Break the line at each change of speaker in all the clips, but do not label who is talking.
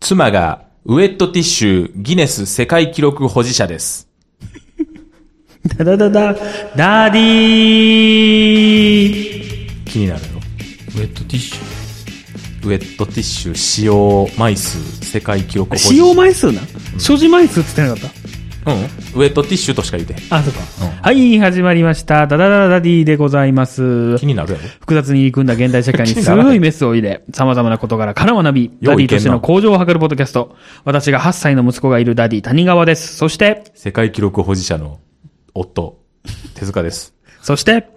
妻がウェットティッシュギネス世界記録保持者です。
ダダダダ、ダーディー
気になるよ。
ウェットティッシュ。
ウェットティッシュ使用枚数世界記録保持者。
使用枚数な、所持枚数って言ってなかっ
うん。ウェットティッシュとしか言うてへん。
たあ、そうか、
うん
はい、始まりました。ダダダダダディーでございます。
気になるやろ。
複雑に入り組んだ現代社会に鋭いメスを入れ、様々な事柄から学び、ダディとしての向上を図るポッドキャスト。私が8歳の息子がいるダディ谷川です。そして、
世界記録保持者の夫、手塚です。
そして、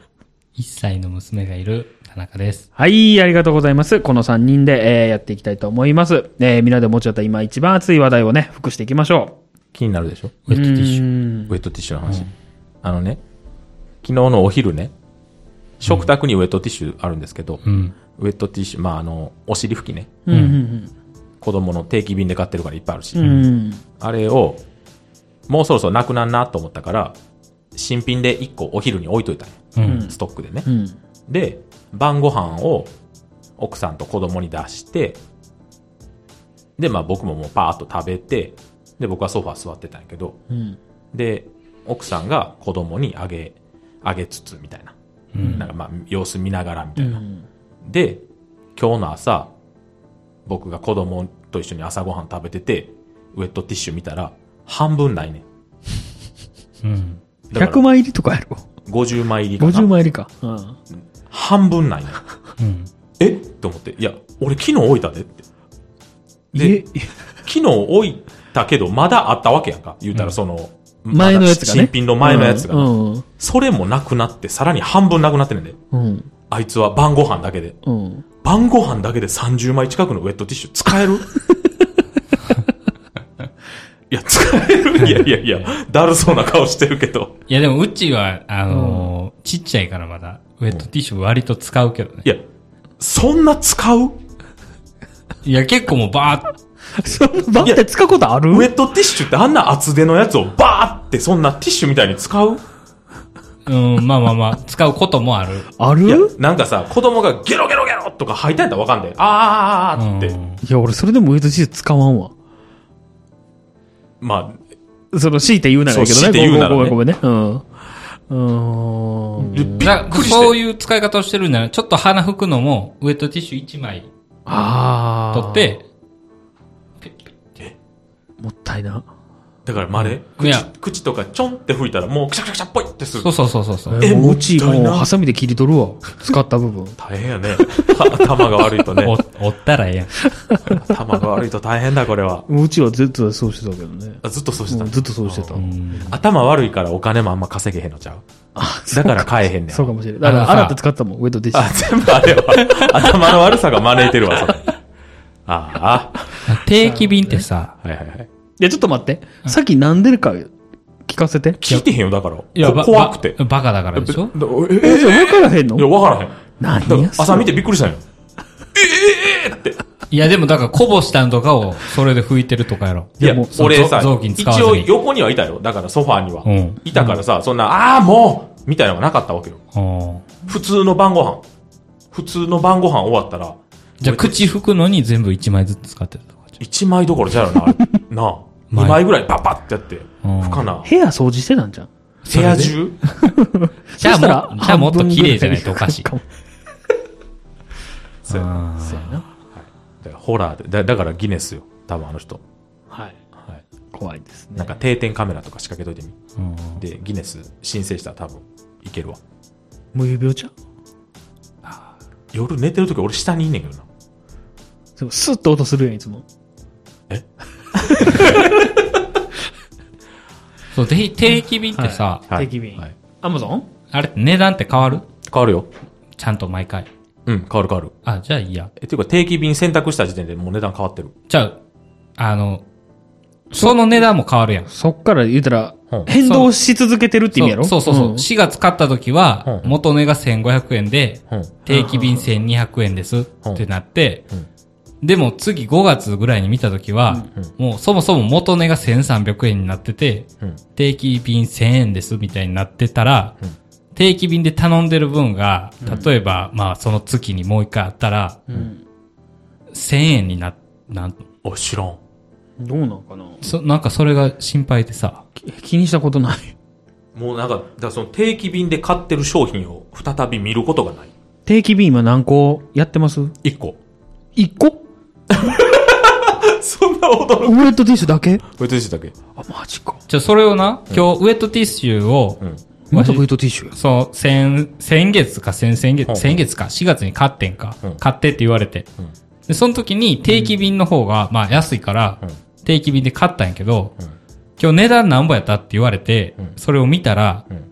1歳の娘がいる田中です。
はい、ありがとうございます。この3人で、えーやっていきたいと思います。えー、みんなで持ち寄った今一番熱い話題をね、復していきましょ
気になるでしょ
ウェッ
う。
トティッシュ。
ュ。
ウェットティッシュの話。あのね、昨日のお昼ね、食卓にウェットティッシュあるんですけど、
うん。
ウェットティッシュ、まああの、お尻拭きね、
うん、うん、
子供の定期便で買ってるからいっぱいあるし、
うん。うん。
あれを、もうそろそろなくなんなと思ったから、新品で1個お昼に置いといたんよ
うん。
ストックでね。
うん。
で、晩ご飯を奥さんと子供に出して、で、まあ僕ももうパーッと食べて、で、僕はソファー座ってたんやけど、
うん。
で、奥さんが子供にあげ、あげつつみたいな。
うん
なんかまあ様子見ながらみ
う
たいな。
ん。
で、今日の朝、僕が子供と一緒に朝ごはん食べてて、ウェットティッシュ見たら、半分ないねん。
うん。
だか
100
ら
枚入りとかやろ。
50枚入りかな。
50枚入りか。うん。
半分 ないねん。
うん。
えと思って。いや、俺昨日置いたでって。
え
で、昨日置いたけど、まだあったわけやんか。言うたらその、
前のやつがね。
新品の前のやつが、
うん。うん
それもなくなって、さらに半分なくなってんねんで。
うん。
あいつは晩ご飯だけで。
うん。
晩ご飯だけで30枚近くのウェットティッシュ使え るいや、使えるいやいやいや、だるそうな顔してるけど。
いやでもうちは、あのーちっちゃいからまだ、ウェットティッシュ割と使うけどね
い。や、そんな使う
いや結構もうバーッ
そんなバッて使うことある
ウェットティッシュってあんな厚手のやつをバーってそんなティッシュみたいに使う
うん、まあまあまあ、使うこともある。
ある
いや、なんかさ、子供がゲロゲロゲロとか吐いたんやったらわかんで、あーあーあーあーって、
うん
いや、俺それでもウェットティッシュ使わんわ。
ま
その、強いて言うならやけどね。
そう強いて言うならね
ごめんごめんごめんね。うん。うーん。
あ、
だ
くりして
そういう使い方をしてるんなら、ちょっと鼻拭くのも、ウェットティッシュ1枚
ああ。
取っ。て、
もったいな。
だからまれ、
いや
口、口とかちょんって吹いたらもうくしゃくしゃくしゃっぽいってする
そう。そうそうそうそう。
え
もううち
もったい
もう
な
ハサミで切り取るわ。使った部分。
大変やね。 た頭が悪いとね。
お、おったらええやん。
頭が悪いと大変だ、これは。
うちはずっとそうしてたけどね。
あずっとそうしてた
うんん
だ
ずっとそうしてた。
うん。
頭悪いからお金もあんま稼げへんのちゃう
あ
だから買えへんねん。
そうかもしれない。だか
あの
ら、
さ
洗って使ったもん、ウェットティッシ
あ、
ュ。
全部あれは、頭の悪さが招いてるわ、それ。ああ、
定期便ってさ、
はいはいはい。
いや、ちょっと待って。さっきなんでるか聞かせて。
聞いてへんよ、だから。
ば
こ怖くて。
ばバカだからでしょ
だ
え、
え
それ分からへんの
いや、わからへん。
何
だから
やそれ
朝見てびっくりしたんよ。
いや、でもだから、こぼしたんとかを、それで拭いてるとかやろ。
いや
でも、
俺さ
ぞ雑、巾
一
使わず
応
に
横にはいたよ。だからソファーには。
うん
いたからさ、そんな、ああ、もうみたいなのがなかったわけよ。
うん
普通の晩ご飯。普通の晩ご飯終わったら、
じゃあ、口拭くのに全部1枚ずつ使ってるとかじ
一枚どころじゃよな、あれなあ。
前
二枚ぐらいパッパってやって、
うん
不可な。
部屋掃除してたんじゃん。
部屋中
ゃん。じゃあ
そしたら
もう、じゃあもっと
半分ぐ
綺
ら
麗じゃないとおかしい。
か も
そうやなそうやなはいだからホラーで、だだからギネスよ。多分あの人。
はい。
はい。
怖いですね。
なんか定点カメラとか仕掛けといてみ。
うん
で、ギネス申請したら多分いけるわ。
無指病ちゃん
夜寝てるとき俺下にいんねんけどな。
でもスッと音するやん、いつも。
そう、で定期便ってさ、
はい
定期便
はい
アマゾン
あれって値段って変わる
変わるよ。
ちゃんと毎回。
うん、変わる変わる。
あ、じゃあいいや。
え、ていうか定期便選択した時点でもう値段変わってる。
じゃあ、あの、その値段も変わるやん。
そっから言うたら
うん、
変動し続けてるって意味やろ
そうそうそうそう。4月買った時は
う、ん
元値が1500円で、
うん。
定期便1200円ですってなって
うん、
でも次5月ぐらいに見た時は、もうそもそも元値が1300円になってて、
うん。
定期便1000円ですみたいになってたら、定期便で頼んでる分が、例えば、まあその月にもう一回あったら、
うん。
1000円にな、なん、
あ、知らん。
どうなのかな
そ、なんかそれが心配でさ。
き気にしたことない。
もうなんか、だからその定期便で買ってる商品を再び見ることがない。
定期便今何個やってます
一個。
?1 個
そんな驚く。
ウエットティッシュだけ
これどうしてたっけ
あ、マジか。
じゃあそれをな、今日、ウエットティッシュを、
ん
またウエットティッシュや。
そう、先、先月か先々
ほう
月、先月か、4月に買ってんか
うん、
買ってって言われて
ん。
で、その時に定期便の方が、まあ安いから
うん、
定期便で買ったんやけど
うん、
今日値段何ぼやったって言われて
うん、
それを見たら
うん、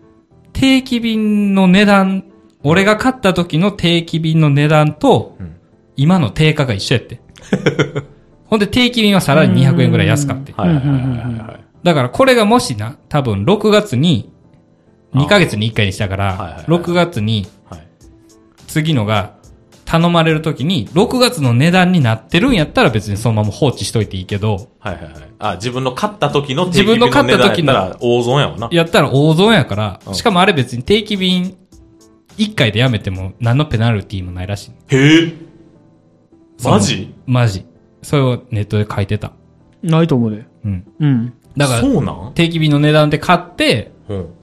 定期便の値段、俺が買った時の定期便の値段と
ん、
今の定価が一緒 やって。ほんで定期便はさらに200円ぐらい安かって。
はいはいはいはいはい。
だからこれがもしな、多分6月に、2ヶ月に1回にしたか
あーはいはいは
ら
い、
6月に
はい。
次のが頼まれるときに、6月の値段になってるんやったら別にそのまま放置しといていいけど、
はいはいはい。あ、自分の買った時の
自分の買った時の
定期便の値段やったら大損やわな。
やったら大損やから
う、ん
しかもあれ別に定期便1回でやめても何のペナルティーもないらしい。
へえ。マジ
マジ。それをネットで書いてた。
ないと思うで。
うん。
うん。
だか
そ
ら、
うなん
定期便の値段で買って、
うん。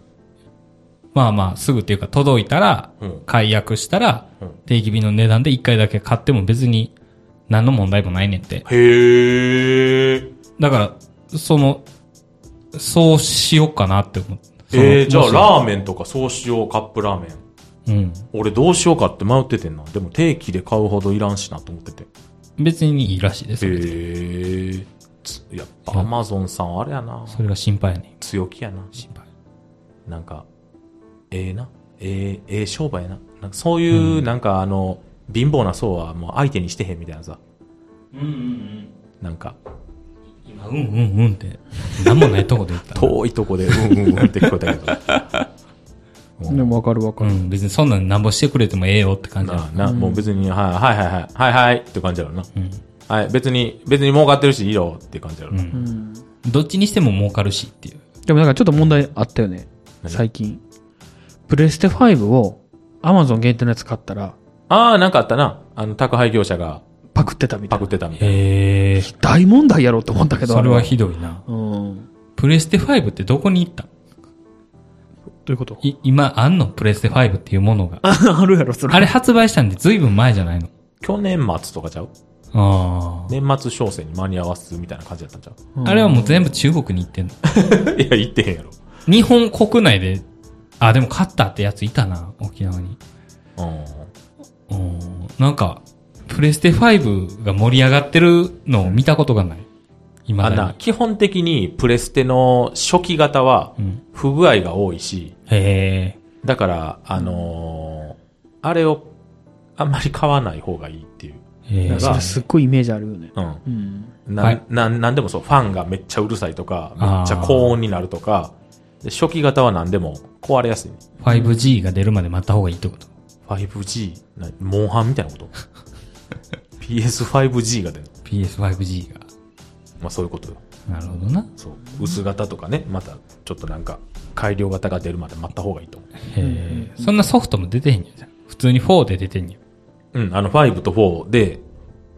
まあまあすぐっていうか届いたら
うん、
解約したら
うん、
定期便の値段で1回だけ買っても別に何の問題もないねんって。
へえ。
だから、その、そうしようかなって思う。その
えー、じゃあ
もし
ラーメンとかそうしよう、カップラーメン。
うん。
俺どうしようかって迷っててんな。でも定期で買うほどいらんしなと思ってて。
別にいいらしいです。
へえ。つやっぱアマゾンさんあれやな。
それが心配やねん。
強気やな。
心配。
なんか、ええな。ええええ商売やな。なんかそういう、なんかあの、貧乏な層はもう相手にしてへんみたいなさ。
うんうんうん。
なんか、
今、うんうんうんって、なんもないとこで言った。
遠いとこで、うんうんうんって聞こえ たけど。
でもわかるわか
う
る。
ん、別にそんなんなんぼしてくれてもええよって感じや
なあな、もう別に、はい、はいはいはい、はいはいって感じやろな。
うん。
はい、別に、別に儲かってるしいいよって感じやろ
う。
な。
うんん。
どっちにしても儲かるしっていう。
でもなんかちょっと問題あったよね。
何
最近。プレステ5を Amazon 限定のやつ買ったら、
ああ、なんかあったな。あの、宅配業者が
パクってたみ
パ
たい
ク
な
っ。てたみたいな。
ええ
大問題やろうと思ったけど。
それは
あ
ひどいな。
れはうん。
プレステ5ってどこに行った
どういうこと
い今、あんのプレステ5っていうものが。
あるやろ、それ。
あれ発売したんで随分前じゃないの。
去年末とかちゃう
ああ。
年末商戦に間に合わすみたいな感じだったんちゃ
あれはもう全部中国に行って んの。
う いや、言ってへんやろ。
日本国内で、あ、でも勝ったってやついたな、沖縄に。
うん。
うんなんか、プレステ5が盛り上がってるのを見たことがない。今
あん
だ
な
に、。
基本的にプレステの初期型は
うん。
不具合が多いし、
へえ。
だから、あのーあれをあんまり買わない方がいいっていう。
へ
なん
え。
か
それすっごいイメージあるよね。
うん。
うん。
な、
はい
な、なんでもそう、ファンがめっちゃうるさいとか、めっちゃ高音になるとか、で初期型は何でも壊れやすい。
5G が出るまで待った方がいいってこと。
5G? なモンハンみたいなこと ?PS5G が出るの
PS5G が。
まあそういうことよ。
なるほどな。
そう。薄型とかね、またちょっとなんか改良型が出るまで待った方がいいと思
へえ。そんなソフトも出てへんやん。普通に4で出てんやん。
う。うん、あの5と4で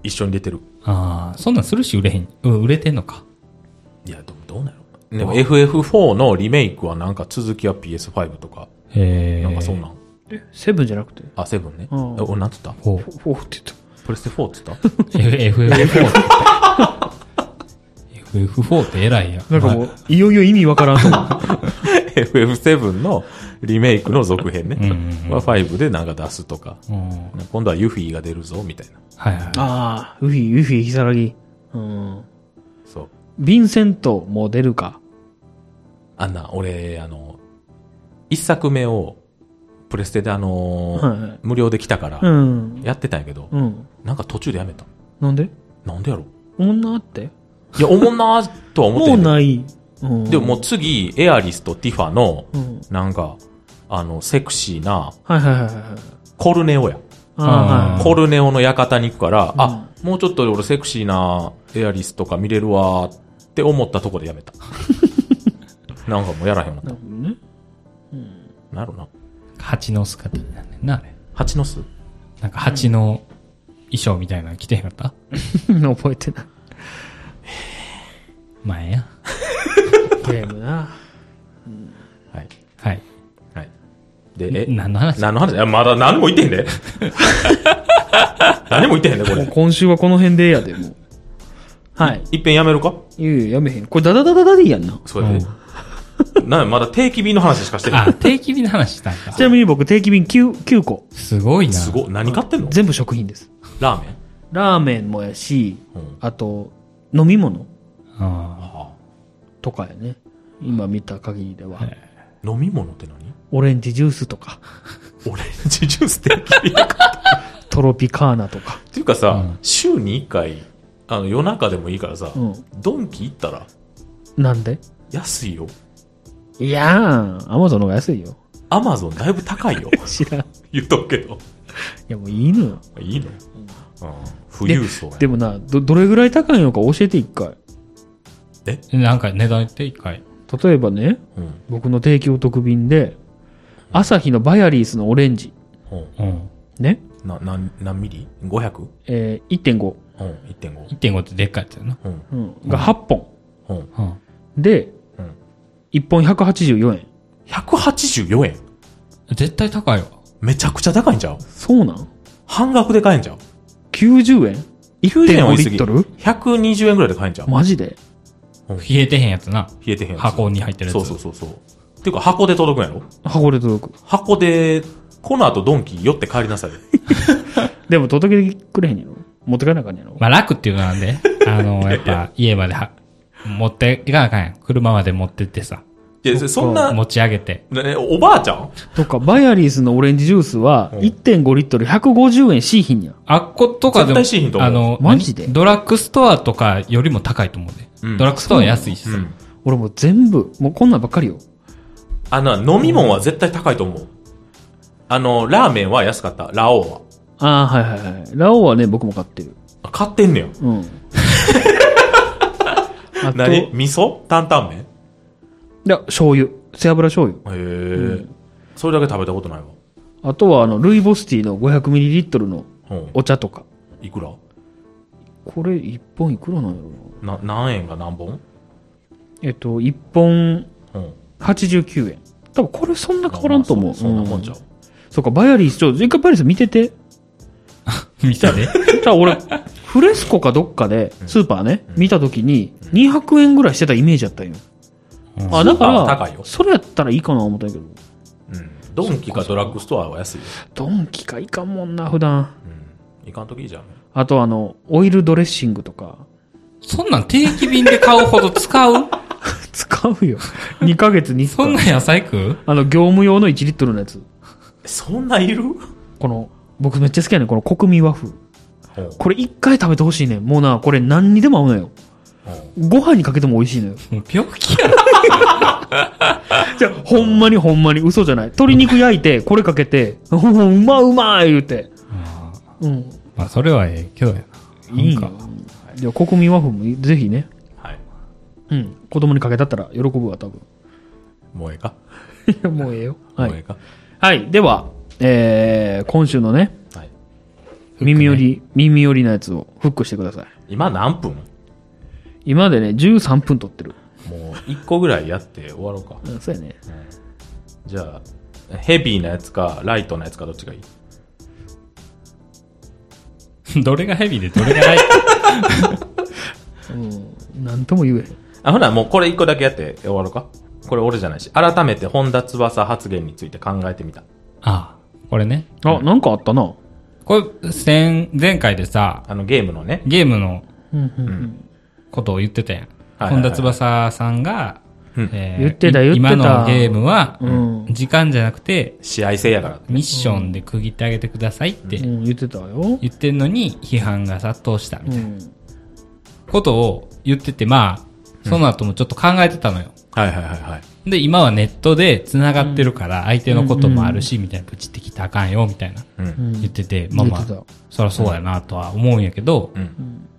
一緒に出てる。
ああ、そんなんするし売れへん。うん、売れてんのか。
いや、でもどうなのでも FF4 のリメイクはなんか続きは PS5 とか、
へえ。
なんかそんなん。
セブンじゃなくて。
あ、7ね。
うん
え俺なんつった
4。
フォーって言っ
プレステ4っつった
FF4。FF4 って偉いやん。
た。なんかもう、いよいよ意味わからんと思う
?FF7 のリメイクの続編ね。
うんうんうん
は5でなんか出すとか。
うん
今度はユフィが出るぞ、みたいな。
はいはい。
ああ、ウフィ、ウフィ、ヒサラギ。うん。
そう。
ヴィンセントも出るか。
あんな、俺、あの、一作目を、プレステであのー
はいはい
無料で来たから
う、ん。
やってたんやけど、
うん。
なんか途中でやめた。
なんで
なんでやろ
女って
いや、おもんなーとは思って
もうん
けど
ない。うん。
でももう次、エアリスとティファの、
うん。
なんか、あの、セクシーな、
はいはいはいはいはい。
コルネオや。
あ
う
あ、
ん
コルネオの館に行くから、あ、もうちょっとで俺セクシーなエアリスとか見れるわーって思ったとこでやめた。なんかもうやらへんわ。
なるほどね。
なるな。
蜂の姿になんねんな、あれ。
蜂の巣
なんか蜂の衣装みたいなの着てへんかった
覚えてない。
まあええや。
ゲームな。
はい。
はい。
はい。で、え、
何の話
何の話いや、まだ何も言ってへんで。何も言ってへんで、こ
もう
れ。
今週はこの辺でええやで、もう。はい。
いっぺんやめるか
いやいや、やめへん。これダダダダダでいいやんな。
そうやで。な、まだ定期便の話しかしてな
あ、
い。
定期便の話したん か
ち。なみに僕、定期便 9, 9個。
すごいな。
すごい。何買ってんの
全部食品です。
ラーメン
ラーメンもやし、
うん
あと、飲み物
あ
あ
とかやね。今見た限りでは。
あ飲み物って何
オレンジジュースとか、
オレンジジュース定期便か。
トロピカーナとか。
っていうかさ、
うん
週に1回、あの、夜中でもいいからさ、
うん
ドンキ行ったら
なんで
安いよ。
いやーん。アマゾンの方が安いよ。
アマゾンだいぶ高いよ。
知らん。い
言っとくけど。
や、もういいのよ。
いいの、うん、富裕層や
でもな、ど、どれぐらい高いのか教えて一回。
あ。なんか値段言って一回。
例えばね、
うん。
僕の定期お得便で、朝日のバヤリースのオレンジ。
うん。
うん。
ね。
な、なん、何ミリ ?500?
えー、1.5。
うん。1.5。
1.5ってでっかいやつやな。
うん。
うん。が8本。
うん。
うん。
で、
うん
1本184円。
184円。
絶対高いわ。
めちゃくちゃ高いんちゃう
そうなん
半額で買えんちゃう
?90円
90円は言い過
リッ
ぎ。
トル
120円ぐらいで買えんちゃう
マジで
冷えてへんやつな。
冷えてへんやつ。
箱に入ってるやつ。
そうそうそうそう。っていうか箱で届くんやろ
箱で届く。
箱で、この後ドンキ寄って帰りな さいよ。
でも届けてくれへんやろ持ってかなあかんやろ、
まあ楽っていうのなんで、あの、やっぱ家までは持っていかなあかんやん。車まで持ってってさ、
いや、そんな、
持ち上げて。
ね、おばあちゃん
とか、バイアリースのオレンジジュースは1.5リットル150円しいひんやん。
あっことかで
絶
も、
対しひんと思う
あの、
マジで
何ドラッグストアとかよりも高いと思うで。
うん
ドラッグストアは安いしさ。
うん。
俺もう全部、もうこんなんばっかりよ。
あの、飲み物は絶対高いと思う。あの、ラーメンは安かった。ラオウは。
ああ、はいはいはい。ラオウはね、僕も買ってる。
あ買ってんねや。
うん。あと、
何
い
味噌担々麺へ
や、醤油。背脂醤油。
え、それだけ食べたことないわ。
あとは、あの、ルイボスティーの500ミリリットルの
うん。
お茶とか。
いくら
これ、1本いくらなんやろな。
な、何円が何本
えっと、1本
うん。
89円。多分これそんな変わらんと思
まあ
う。
そそんなもんちゃう。
そうか、バイアリース、ちょ、一回バイアリース見てて。
見たで。
じゃあ俺、 フレスコかどっかで、スーパーね、見たときに、200円ぐらいしてたイメージやったんよ。
うん
あ、
ス
だか
ーパーは高いよ
ら、それやったらいいかな思ったんやけど。
うん。ドンキかドラッグストアは安いよ。
ドンキかいかんもんな、普段。
うん。いかんときじゃん。
あとあの、オイルドレッシングとか。
そんなん定期便で買うほど 使う
使うよ。2ヶ 月に
そんな野菜食う
あの、業務用の1リットルのやつ。
そんないる
この、僕めっちゃ好きやねん、この国民和風。
うん。うん
これ1回食べてほしいねん。もうな、これ何にでも合うのよ。ご飯にかけても美味しいのよ。
もう病気や
じゃあ、ほんまにほんまに嘘じゃない。鶏肉焼いて、これかけて、うんうまうまい言うて。うん。
まあそれはええけどやな。
いい
なん
か
か。。
いや、国民和風もぜひね。
はい。
うん。子供にかけたったら喜ぶわ、多分。
もうええか
いや、 もうええよ。は
もうええ
い。
か
はい。では、えー、今週のね、
はい。
耳寄り、耳寄りなやつをフックしてください。
今何分
今でね、13分撮ってる。
もう一個ぐらいやって終わろうか。
うん、そうやね。
じゃあ、ヘビーなやつか、ライトなやつか、どっちがいい
どれがヘビーでどれがライト
うん。なんとも言えへん。
あ、ほな、もうこれ一個だけやって終わろうか。これ俺じゃないし。改めて本田翼発言について考えてみた。
ああ、これね。
あ、なんかあったな。
これ、前、前回でさ、
あのゲームのね。
ゲームの
うんうんうん。
ことを言ってたやん。
はいはい
本田翼さんが、
うん
え
言ってた
い
言ってた
今のゲームは、
うん
時間じゃなくて、
試合制やから。
ミッションで区切ってあげてくださいって
うん、言ってたよ。
言ってんのに、批判が殺到したみた
う。
いなんことを言ってて、まあ、その後もちょっと考えてたのよ。
はいはいはいはい。
で、今はネットで繋がってるから、相手のこともあるし、みたいな、プチってきたらあかんよ、みたいな、
う。
うんん
言ってて、まあまあ
言ってた、
そらそうやなとは思うんやけど、
うん。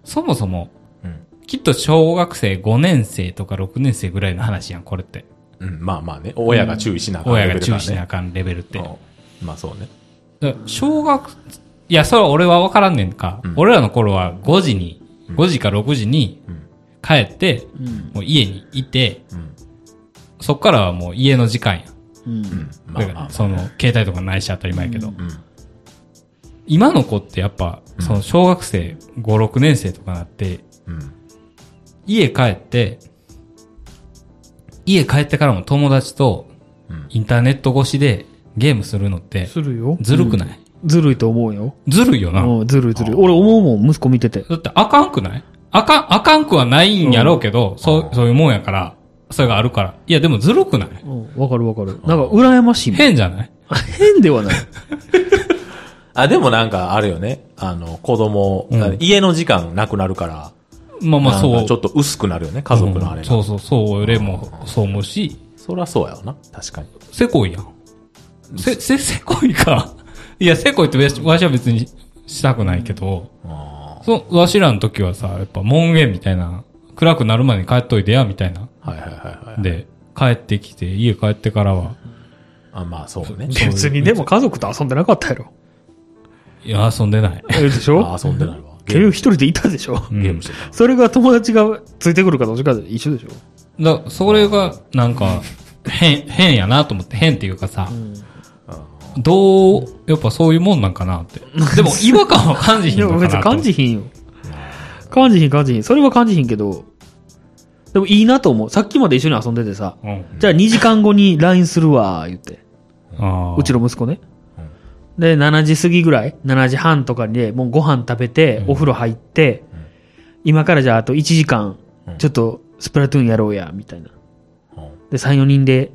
そもそも、
うん。
きっと小学生5年生とか6年生ぐらいの話やん、これって。
うん。まあまあね。親が注意しなあかんレ
親
ベル
が
だね
注意しなあかんレベルって。
うんまあそうね。
だから小学、いや、それは俺は分からんねんか。
ん
俺らの頃は5時に、5時か6時に
うん、
必帰って、
うん。
もう家にいて、
うん。
そっからはもう家の時間や。
うん。
まあま
だか
あま
ら、
あ。
その、携帯とかないし当たり前やけど。
うん。
今の子ってやっぱ、その、小学生5、6年生とかなって、
うん。
家帰って、家帰ってからも友達と
うん、
インターネット越しでゲームするのって、
ずるいよ。
ずるくない、
ずるいと思うよ。
ずるいよな。
うん、ずるいずるい。俺思うもん、息子見てて。
だってあかんくないあかん、あかんくはないんやろうけど、そうう、そういうもんやから、それがあるから。いや、でもずるくない
うん、わかるわかる。なんか、羨ましいもん。
変じゃない
変ではない。
あ、でもなんかあるよね。あの、子供、
うん
家の時間なくなるから、
まあまあ
なん
そ
か
う。
ちょっと薄くなるよね、家族のあれ
うん
が。
そうそう、そう、俺もそう思うし、
そりゃそうやわな。確かに。
せこいやん。せ、せ、せこいか。 いや、せこいってわしわしは別にしたくないけど、
あ
そ、わしらの時はさ、やっぱ門限みたいな、暗くなるまでに帰っといてや、みたいな。
あ。はいはいはいはい。
で、帰ってきて、家帰ってからは、
あまあそうね。
別にでも家族と遊んでなかったやろ。
いや、遊んでない。
えでし
あ
ょ
遊んでないわ。ゲー
結局
ム
一人でいたでしょ
うん
ゲームしてた。
それが友達がついてくるかどうかで一緒でしょ
だそれが、なんか、変、変やなと思って、変っていうかさ、どう、やっぱそういうもんなんかなって。でも、違和感は感じひ
い
ん
や、
のかな
別
と
に感じひんよ。感じひん感じひん。それは感じひんけど、でもいいなと思う。さっきまで一緒に遊んでてさ、
うん。
じゃあ2時間後に LINE するわ、言って。
あー
うちの息子ね。で、7時過ぎぐらい ?7 時半とかにねもうご飯食べて、お風呂入って、今からじゃああと1時間
うん、
ちょっとスプラトゥーンやろうや、みたいな。
うん
で、3、4人で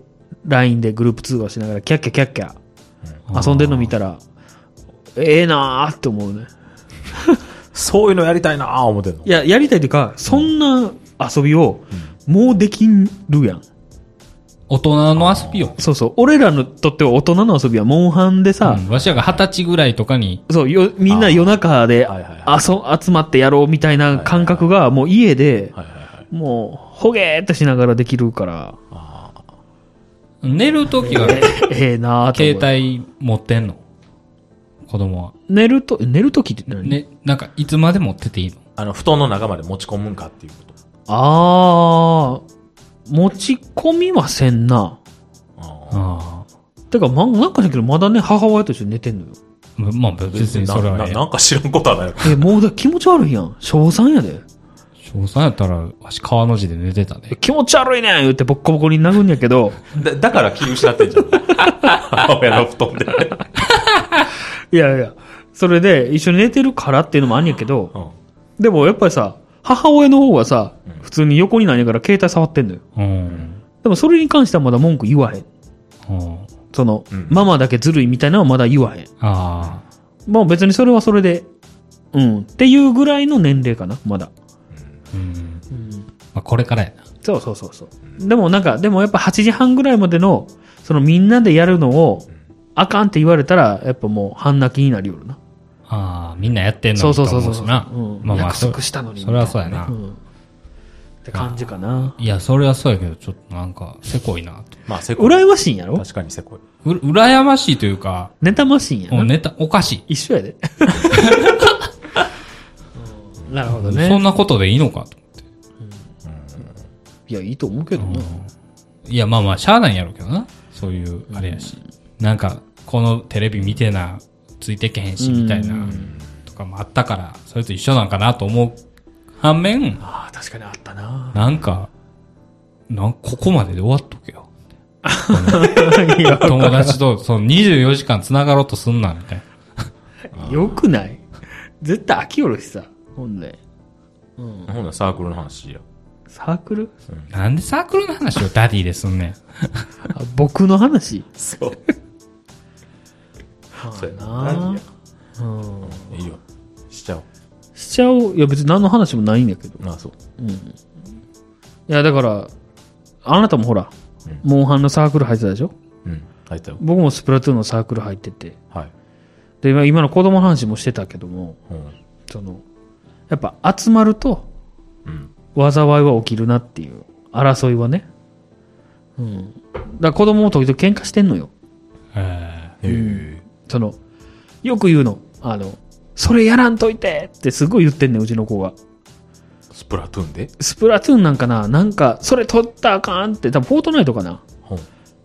LINE でグループ通話しながら、キャッキャキャッキャ、遊んでるの見たら、ええなーって思うね。
そういうのやりたいなぁ思ってんの
い。や、やりたいというか、そんな遊びを、もうできるやん。
大人の遊びよ。
そうそう。俺らにとっては大人の遊びは、モンハンでさ
う、んわしらが二十歳ぐらいとかに、
そう、よ、みんな夜中で、
はいはい
あそ、集まってやろうみたいな感覚が、もう家で、
はいはいはい。
もう、ほげーっとしながらできるから、
ああ。
寝るときは、
ええなーと思
携
う。
帯持ってんの子供は。
寝ると、寝るときって何、
ね、なんか、いつまで持ってていいの
あの、布団の中まで持ち込むんかっていうこと。
あー、持ち込みはせんな。
ああ
ああ。
てか、ま、なんかだけど、まだね、母親と一緒に寝てんのよ。
まあ、別にそれは
なな
ええ。
なんか知らんことはないよ。
え、もうだ、気持ち悪いやん。小3やで。
小3やったら、わし川の字で寝てたで。
気持ち悪いねん言ってボッコボコに殴んやけど、
だだから気失ってんじゃ ん。母親の布団で。
いやいや、それで一緒に寝てるからっていうのもあんやけど、
うん
でもやっぱりさ、母親の方はさ、普通に横になんやから携帯触ってんのよ。
うん。
でもそれに関してはまだ文句言わへん。
うん
その、
うん
ママだけずるいみたいなのはまだ言わへん。
ああ。
まあ別にそれはそれで、うん、っていうぐらいの年齢かな、まだ。
うん。まあ、これからやな。
そうそうそうそう。でもなんか、でもやっぱ8時半ぐらいまでの、そのみんなでやるのを、あかんって言われたら、やっぱもう半泣きになりよるな。
ああ、みんなやってんの
そう
に
そう
と
そう
思
そうう。
しな。
うん
まあまあ、
約
そ
束したのに
それはそうやな
う。ん。って感じかな。
いや、それはそうやけど、ちょっとなんか、せこいなと。
まあ、せこい。
羨ましいんやろ
確かにせこい。
う、羨ましいというか、
妬ましいんや
もう
な。
ネタ、おかし
一緒やで。なるほど
い。そん
ね。
なことでいいのかと。
いや、いいと思うけどな。
いや、まあまあ、しゃあないんやろうけどな。そういう、あれやし。なんか、このテレビ見てな、ついてけへんし、みたいな、とかもあったから、それと一緒なんかなと思う。反面、
ああ、確かにあったな。
なんか、なんここまでで終わっとけ よ。
いや
友達と、その24時間繋がろうとすんな、みたいな。
よくない絶対飽きよるしさ。ほんで。
ほんならサークルの話や。
サークル
なんでサークルの話をダディですんねん。
あ僕の話。
そう。 そうや
な
な。うん。いいよ。しちゃおう。
しちゃおう。いや、別に何の話もないんやけど。
ああ、そう。
いや、だから、あなたもほら、モンハンのサークル入ってたでしょ
うん。入ったよ。
僕もスプラトゥーンのサークル入ってて。
はい。
で、今今の子供の話もしてたけども、
うん。
その、やっぱ集まると
うん、
災いは起きるなっていう、争いはね。うん。だから子供も時々喧嘩してんのよ。
え
へ
その、よく言うの。あの、それやらんといてってすごい言ってんねん、うちの子が。
ー
スプラトゥーンで
スプラトゥーンなんかな、なんか、それ取ったらあかんって、多分フォートナイトかな。
ほう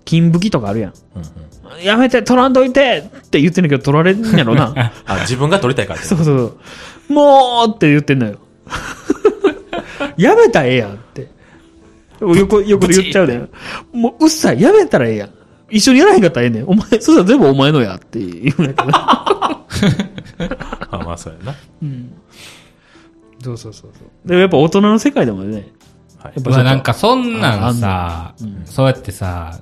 金武器とかあるやん。
うんうん
やめて、取らんといてって言ってんだけど、取られんやろ な。
あ自分が取りたいからって
そうそうそう。もうって言ってんの よ。やめたらええやんって。よく、よく言っちゃうねん。もう、うっさい、やめたらええやん。一緒にやらへんかったらええねん。お前、そしたら全部お前のやって言うんやけど。
あまあそうやな、
そうそうそうそう。でもやっぱ大人の世界でもね、
はい
やっぱ
うわなんかそんなんさ、
ああんのうん
そうやってさ、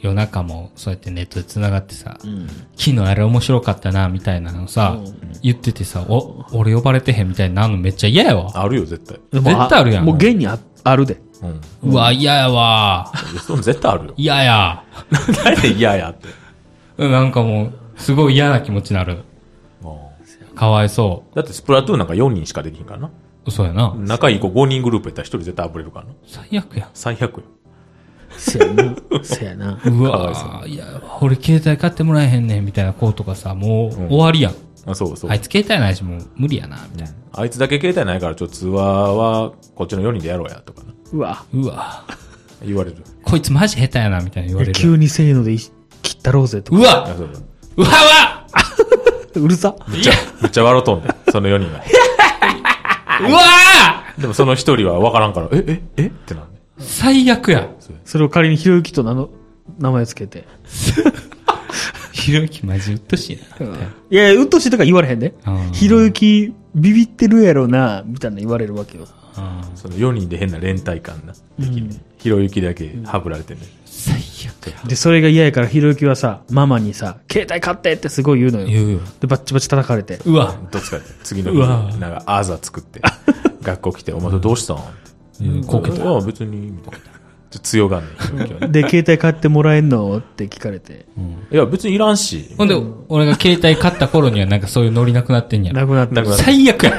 夜中もそうやってネットで繋がってさ、
うん。
昨日あれ面白かったな、みたいなのさ、
うん
言っててさ、お、俺呼ばれてへんみたいになるのめっちゃ嫌やわ。
あるよ絶対、
でも
絶対あるやん
もう現にああるで。
うん、
うわ、嫌やわ。
その絶対あるよ
嫌や。
何で嫌やって
うんなんかもう、すごい嫌な気持ちになる。
も
かわいそう
だってスプラトゥーンなんか4人しかできひんからな
う。そうやな。
仲いい子5人グループやったら1人絶対あぶれるからな
最悪やん。
最悪よ
せや な。せやな。
う
か
わいや、俺携帯買ってもらえへんねん、みたいな子とかさ、もう終わりやん。
あそうそう、
あいつ携帯ないし、もう無理やな、みたい
あいつだけ携帯ないからちょっと通話はこっちの4人でやろうやとかな
うわ。
な。うわ
言われる
こいつマジ下手やな、みたいな言われる。
急にせーのでい切ったろうぜとか。
う
あ
わ
そうそう
うわうわ
うるさ。
いや
めっちゃ笑うとんねんその4人が
うわ
でもその1人は分からんからえええってなんねん
最悪や。
それを仮にひろゆきと名の、名前つけて。
ひろゆきマジうっとしいな。
いや、うっとしいとか言われへんで
うん。
ひろゆき、ビビってるやろな、みたいな言われるわけよ。
うん
その4人で変な連帯感なできんねんひろゆきだけはぶられてんねん
最悪や。
で、それが嫌やからひろゆきはさ、ママにさ、携帯買ってってすごい言うのよ。
言うよ。
で、バッチバチ叩かれて。
うわ
どっちかって次の
うわ
日なんかあざ作って 学校来て「お前それどうしたん?」
こけた。
あ別に」みたいなちょ強がんねんひろゆきはね
で、携帯買ってもらえんのって聞かれて。
いや別にいらんし
ほんで、俺が携帯買った頃にはなんかそういうノリなくなってんや。
なくなった
なくなった
最悪や。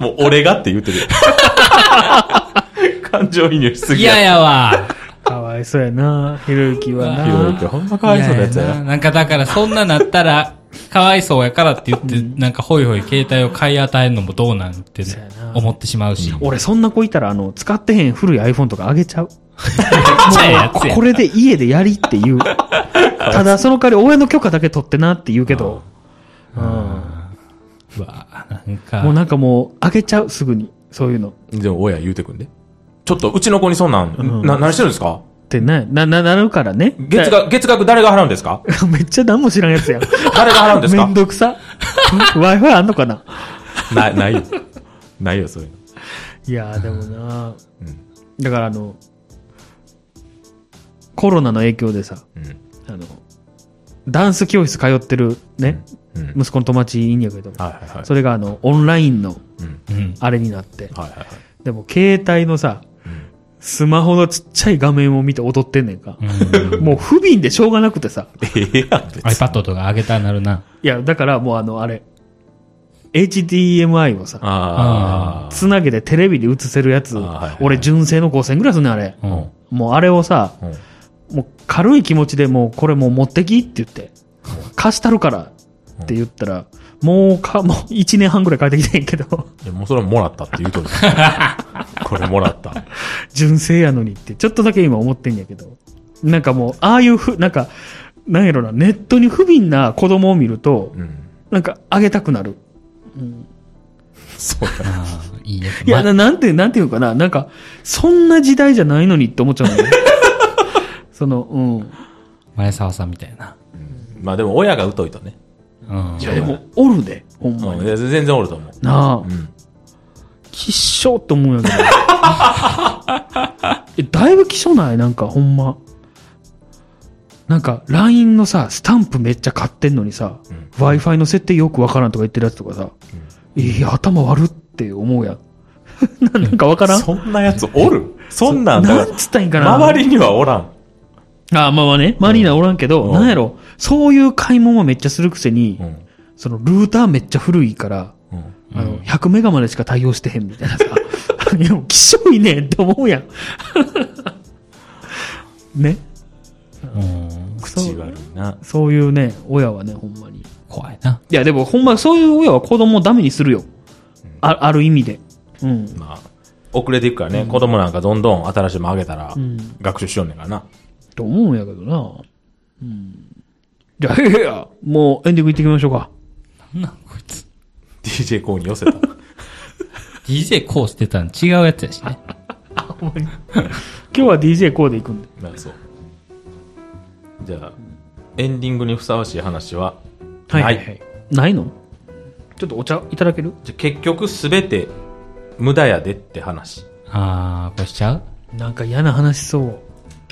もう俺がって言う てるやん感情移入しすぎ
嫌
や
やわ。
かわいそうやな、ひろゆきは
ひろゆ
な。
きほんまかわいそうなやつや
嫌
な
ななんかだからそんななったら、かわいそうやからって言って、なんかほいほい携帯を買い与えるのもどうなんってね
そうやな
思ってしまうし。
俺そんな子いたら、あの、使ってへん古い iPhone とかあげ ちゃう。
ちゃえやつや
これで家でやりって言う。ただ、その代わり親の許可だけ取ってなって言うけど。うん。
うわなんか。
もうなんかもう、あげちゃう、すぐに。そういうの。
でも親言うてくんでちょっとうちの子にそんなん、な何してるんですか
ってな、な、な、なるからね。
月額月額誰が払うんですか
だ めっちゃ何も知らんやつやん。
誰が払うんです
め
か
んどくさ。Wi-Fi あんのかな
なないよないよそういうの
いやーでもな
うん
だからあの、コロナの影響でさ、
うん
あの、ダンス教室通ってるね、
うん
息子の友達いいんやけど、
はいはいはい
それがあの、オンラインの
うん
うん。
あれになって、
はいはいはい
でも携帯のさ、スマホのちっちゃい画面を見て踊ってんねんか。もう不憫でしょうがなくてさ。
ええやん別に
iPad とかあげたらなるな。
いや、だからもうあの、あれ、HDMI をさ、
あ
つなげてテレビで映せるやつ、
あーはいはいはい
俺純正の5000ぐらいすんねんあれ。
うん。
もうあれをさ、
あ、うん
もう軽い気持ちでもうこれもう持ってきって言って、貸したるからって言ったら、もうか、もう1年半ぐらい帰ってきてんけど、
いやもうそれはもらったって言う とるこれもらった
純正やのにって、ちょっとだけ今思ってんやけど、なんかもう、ああいうふ、なんか、なんやろな、ネットに不憫な子供を見ると、
うん
なんかあげたくなる。
そうだ
ああ、いいやつ。
いや、
ま
ななんて、なんていうかな、なんか、そんな時代じゃないのにって思っちゃうのよ。その、うん。
前澤さんみたいな。
まあでも親が疎いとね
うん
い。や、でも、おるで、ほんま
うん
に。
いや全然おると思う
なあ
う。ん
きっしょって思うんやけど。 え、だいぶきっしょないなんか、ほんま。なんか、LINE のさ、スタンプめっちゃ買ってんのにさ、
うん
Wi-Fi の設定よくわからんとか言ってるやつとかさ、いや、頭悪って思うやん。 ななんかわからん
そんなやつおるそんなんだ
な
か
んつったらいいんからな
周りにはおらん
あ、まあまあね。マリーナおらんけど、
うん
なんやろ。そういう買い物はめっちゃするくせに、
うん
そのルーターめっちゃ古いから、
うん
あの、100メガまでしか対応してへんみたいなさ。 いや、もうきしょいねんって思うやん。 ね。
うん
口悪いな
そういうね、親はね、ほんまに。い
怖いな。
や、でもほんまそういう親は子供をダメにするよ。あある意味で。うん。
まあ、遅れていくからね、子供なんかどんどん新しいもんあげたら
ん、
学習しようねんからな。
と思うんやけどな。うん。じゃあ、いやいや、もうエンディング行ってきましょう か。
なんなんこいつ。
DJ コーに寄せた。
DJ こうしてたん違うやつやしね。
今日は DJ コーで行くんで。
まあそう。じゃあ、エンディングにふさわしい話は、ない。。
ないのちょっとお茶いただける
じゃあ結局すべて無駄やでって話。
あー、これしちゃう
なんか嫌な話そう。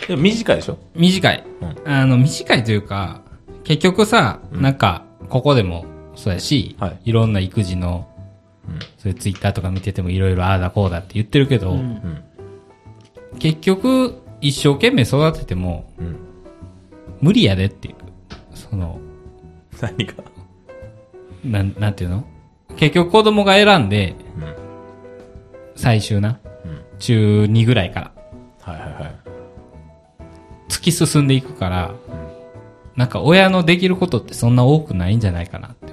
でも短いでしょ
短い、
う
あの、短いというか、結局さ、なんか、ここでもそうやし、
はい
ろんな育児の、そういうツイッターとか見ててもいろいろああだこうだって言ってるけど、
ん
結局、一生懸命育てても、
うん
無理やでっていう、その、
何か。
なん、なんていうの結局子供が選んで、
うん
最終な、
ん
中2ぐらいから、
はいはいはい。
突き進んでいくから、なんか親のできることってそんな多くないんじゃないかなって。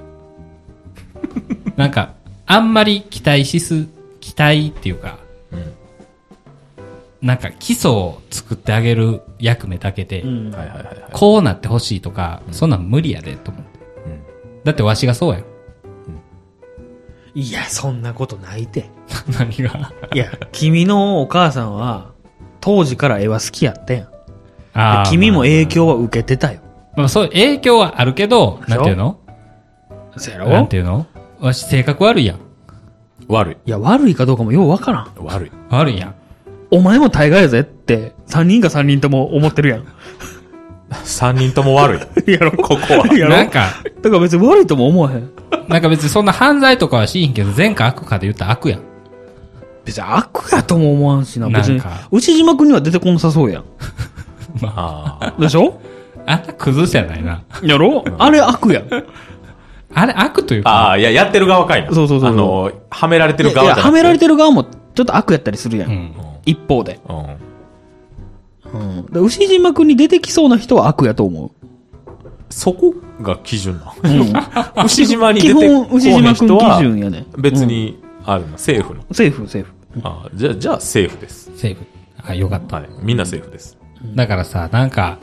なんか、あんまり期待しす、期待っていうか、なんか基礎を作ってあげる役目だけで、
ん。
はいはいはいはい。
こうなってほしいとか、そんなん無理やでと思って。
うん
だってわしがそうやん。
いや、そんなことないて。
何が。
いや、君のお母さんは、当時から絵は好きやったやん。
あー
で君も影。響は受けてたよ。
まあそう、影響はあるけど、なんていうの
そや
なんていうのわし性格悪いやん。
悪い。
いや、悪いかどうかもようわからん。
悪い。
悪いやん。
お前も大概やぜって、三人か三人とも思ってるや ん。
三人とも悪い。
やろ
ここは。
やろ
なんか、
だから別に悪いとも思わへん。
なんか別にそんな犯罪とかはしいんけど、善か悪かで言ったら悪やん。
別に悪やとも思わんしな、別に
なんか。
牛島君には出てこなさそうやん。
ああ。
でし ょ
あんな崩せないな。
やろあれ悪やん。
あれ悪という
あ
か、
あ、いや、やってる側かいな。
そうそうそうそう
あの、はめられてる
いやい
側じゃ
や
なく
はめられてる側もちょっと悪やったりするや。
うんん。
一方で。
うん。うん。
うん。で牛島君に出てきそうな人は悪やと思う。
そこが基準な
う
の。
ん。
牛島に
基
出て
本、
こ
牛
ない
島君
人
基
は
準やね。
別に、あるの、セーフの。
セーフ、セーフ。
あーじゃあ、じゃあ、セーフです。
セーフ。あ、よかった。
はい。みんなセーフです。
だからさ、なんか、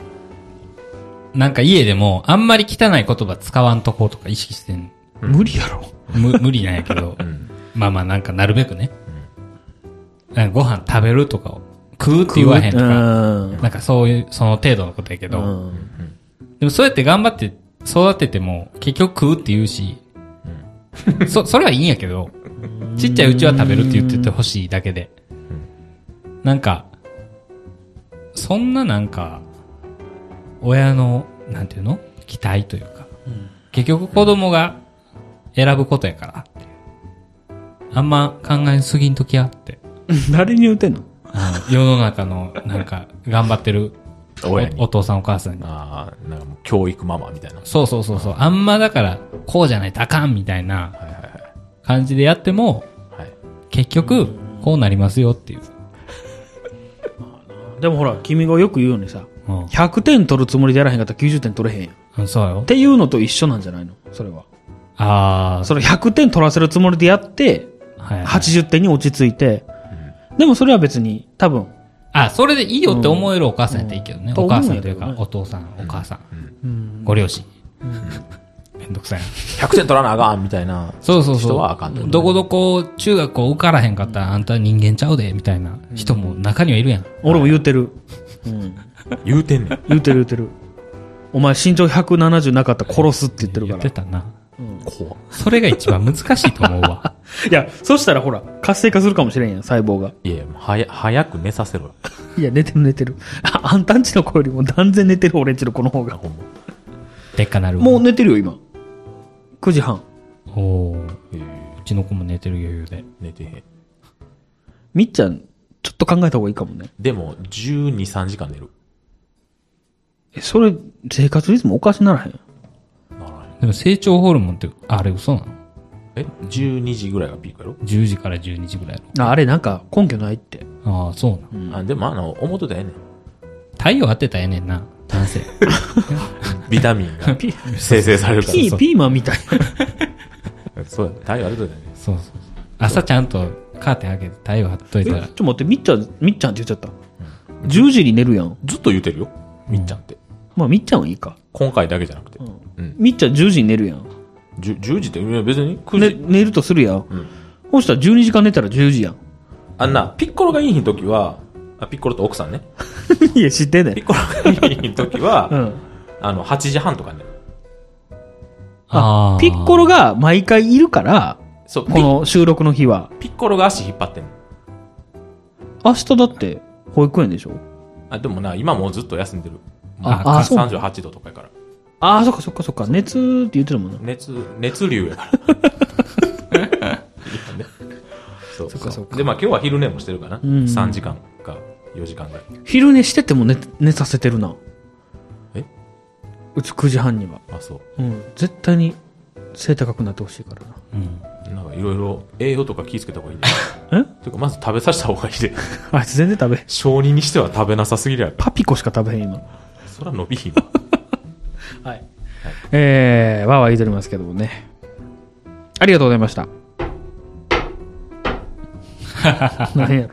なんか家でも、あんまり汚い言葉使わんとことか意識してん。
無理やろ。
む無理なんやけど、まあまあなんかなるべくね。なんかご飯食べるとかを、食うって言わへんとか、
うん。
なんかそういう、その程度のことやけど、
うん
でもそうやって頑張って育てても、結局食うって言うし、そ、それはいいんやけど、ちっちゃいうちは食べるって言っててほしいだけで。なんか、そんななんか、親の、なんていうの期待というか、結局子供が選ぶことやからっていうあんま考えすぎんときやって。
誰に言うてんの
あの世の中の、なんか、頑張ってる
親に
おお父さんお母さんに。
ああ、なんかもう教育ママみたいな。
そうそうそうそう。あんまだから、こうじゃないとあかんみたいな
はいはいはい。
感じでやっても、
はい。
結局、こうなりますよっていう。
でもほら、君がよく言うようにさ、
うん
100点取るつもりでやらへんかったら90点取れへんやん。っ
うん。そうよ。
ていうのと一緒なんじゃないのそれは。
あー、
それ100点取らせるつもりでやって、
はいはい。
80点に落ち着いて、でもそれは別に、多分、
あ、それでいいよって思えるお母さんやったらいいけどね。
うん
お母さんという
と
か、
思うん
お父さん、お母さん、
うん、
ご両親。めんどくさいな。
100点取らなあかんみたいな。
そうそうそう。
人はあかんってことね
どこどこ、中学校受からへんかったら、あんた人間ちゃうで、みたいな人も中にはいるやん。
俺も言うてる。うん、
言うてんねん。
言うてる言うてる。お前身長170なかったら殺すって言ってるか
言っ
ら。
てたな。
怖っ
それが一番難しいと思うわ。
いや、そしたらほら、活性化するかもしれんやん、細胞が。
いやいや、もうはや、早く寝させろ。
いや、寝てる寝てる。ああんたんちの子よりも断然寝てる俺んちの子の方が。
ほんま。
でっかなるわ。
もう寝てるよ、今。9時半。
おー
え
うちの子も寝てる余裕で。
寝てへん。
みっちゃん、ちょっと考えた方がいいかもね。
でも、12、3時間寝る。
え、それ、生活リズムおかしならへん。
ならへん
でも成長ホルモンって、あれ嘘なの
え ?12 時ぐらいがピークやろ
?10 時から12時ぐらい
ああれ、なんか根拠ないって。
の。ああ、そうなの。
あでも、あの、思っとったらええねん。
太陽当てたらええねんな。男 性。
ビタミン が生成されるか
ピー、ピーマンみたい。
ら。そうや。太陽あるとだよね。
そうそうそう。朝ちゃんとカーテン開けて太陽張っとい
えち
た
ょ
ら
っ、と待 って、みっちゃん、みっちゃんって言っちゃった。10時に寝るやん。
ずっと言うてるよ。みっちゃんって。
まあ、みっちゃんはいいか。
今回だけじゃなくて。うん。
みっちゃん10時に寝るやん。
じゅ 10, 時って、いや別に9
ね、
時。
寝るとするやん。
ん
そうしたら12時間寝たら10時やん。
あんな、ピッコロがいい日の時は、あピッコロと奥さんね。
いや、知ってんね
ピッコロがいい日の時は、
うん。
あの、8時半とかね。
あー
ピッコロが毎回いるから、
そう、ピ
この収録の日は。
ピッコロが足引っ張ってんの。
明日だって、保育園でしょ
あ、でもな、今もうずっと休んでる。
あ
あ、あ、そう。
38度とかやから。
ああ、そっかそっかそっか。熱って言ってたもんな。
熱、熱流やから。 今ねそう
そっかそっか
で、まあ今日は昼寝もしてるかな。
うん
3時間か4時間ぐらい。
昼寝してても寝、寝させてるな。
え
うち9時半には。
あ、そう。
うん。絶対に、背高くなってほしいからな。
うん
なんかいろいろ栄養とか気ぃつけた方がいいね。
え
ていうかまず食べさせた方がいいで。
あいつ全然食べへん。
小児にしては食べなさすぎるやろ。
パピコしか食べへん、今。
そら伸びひんわ。
はい。えー、わーわー言いとりますけどもね。 ありがとうございました。何やろ。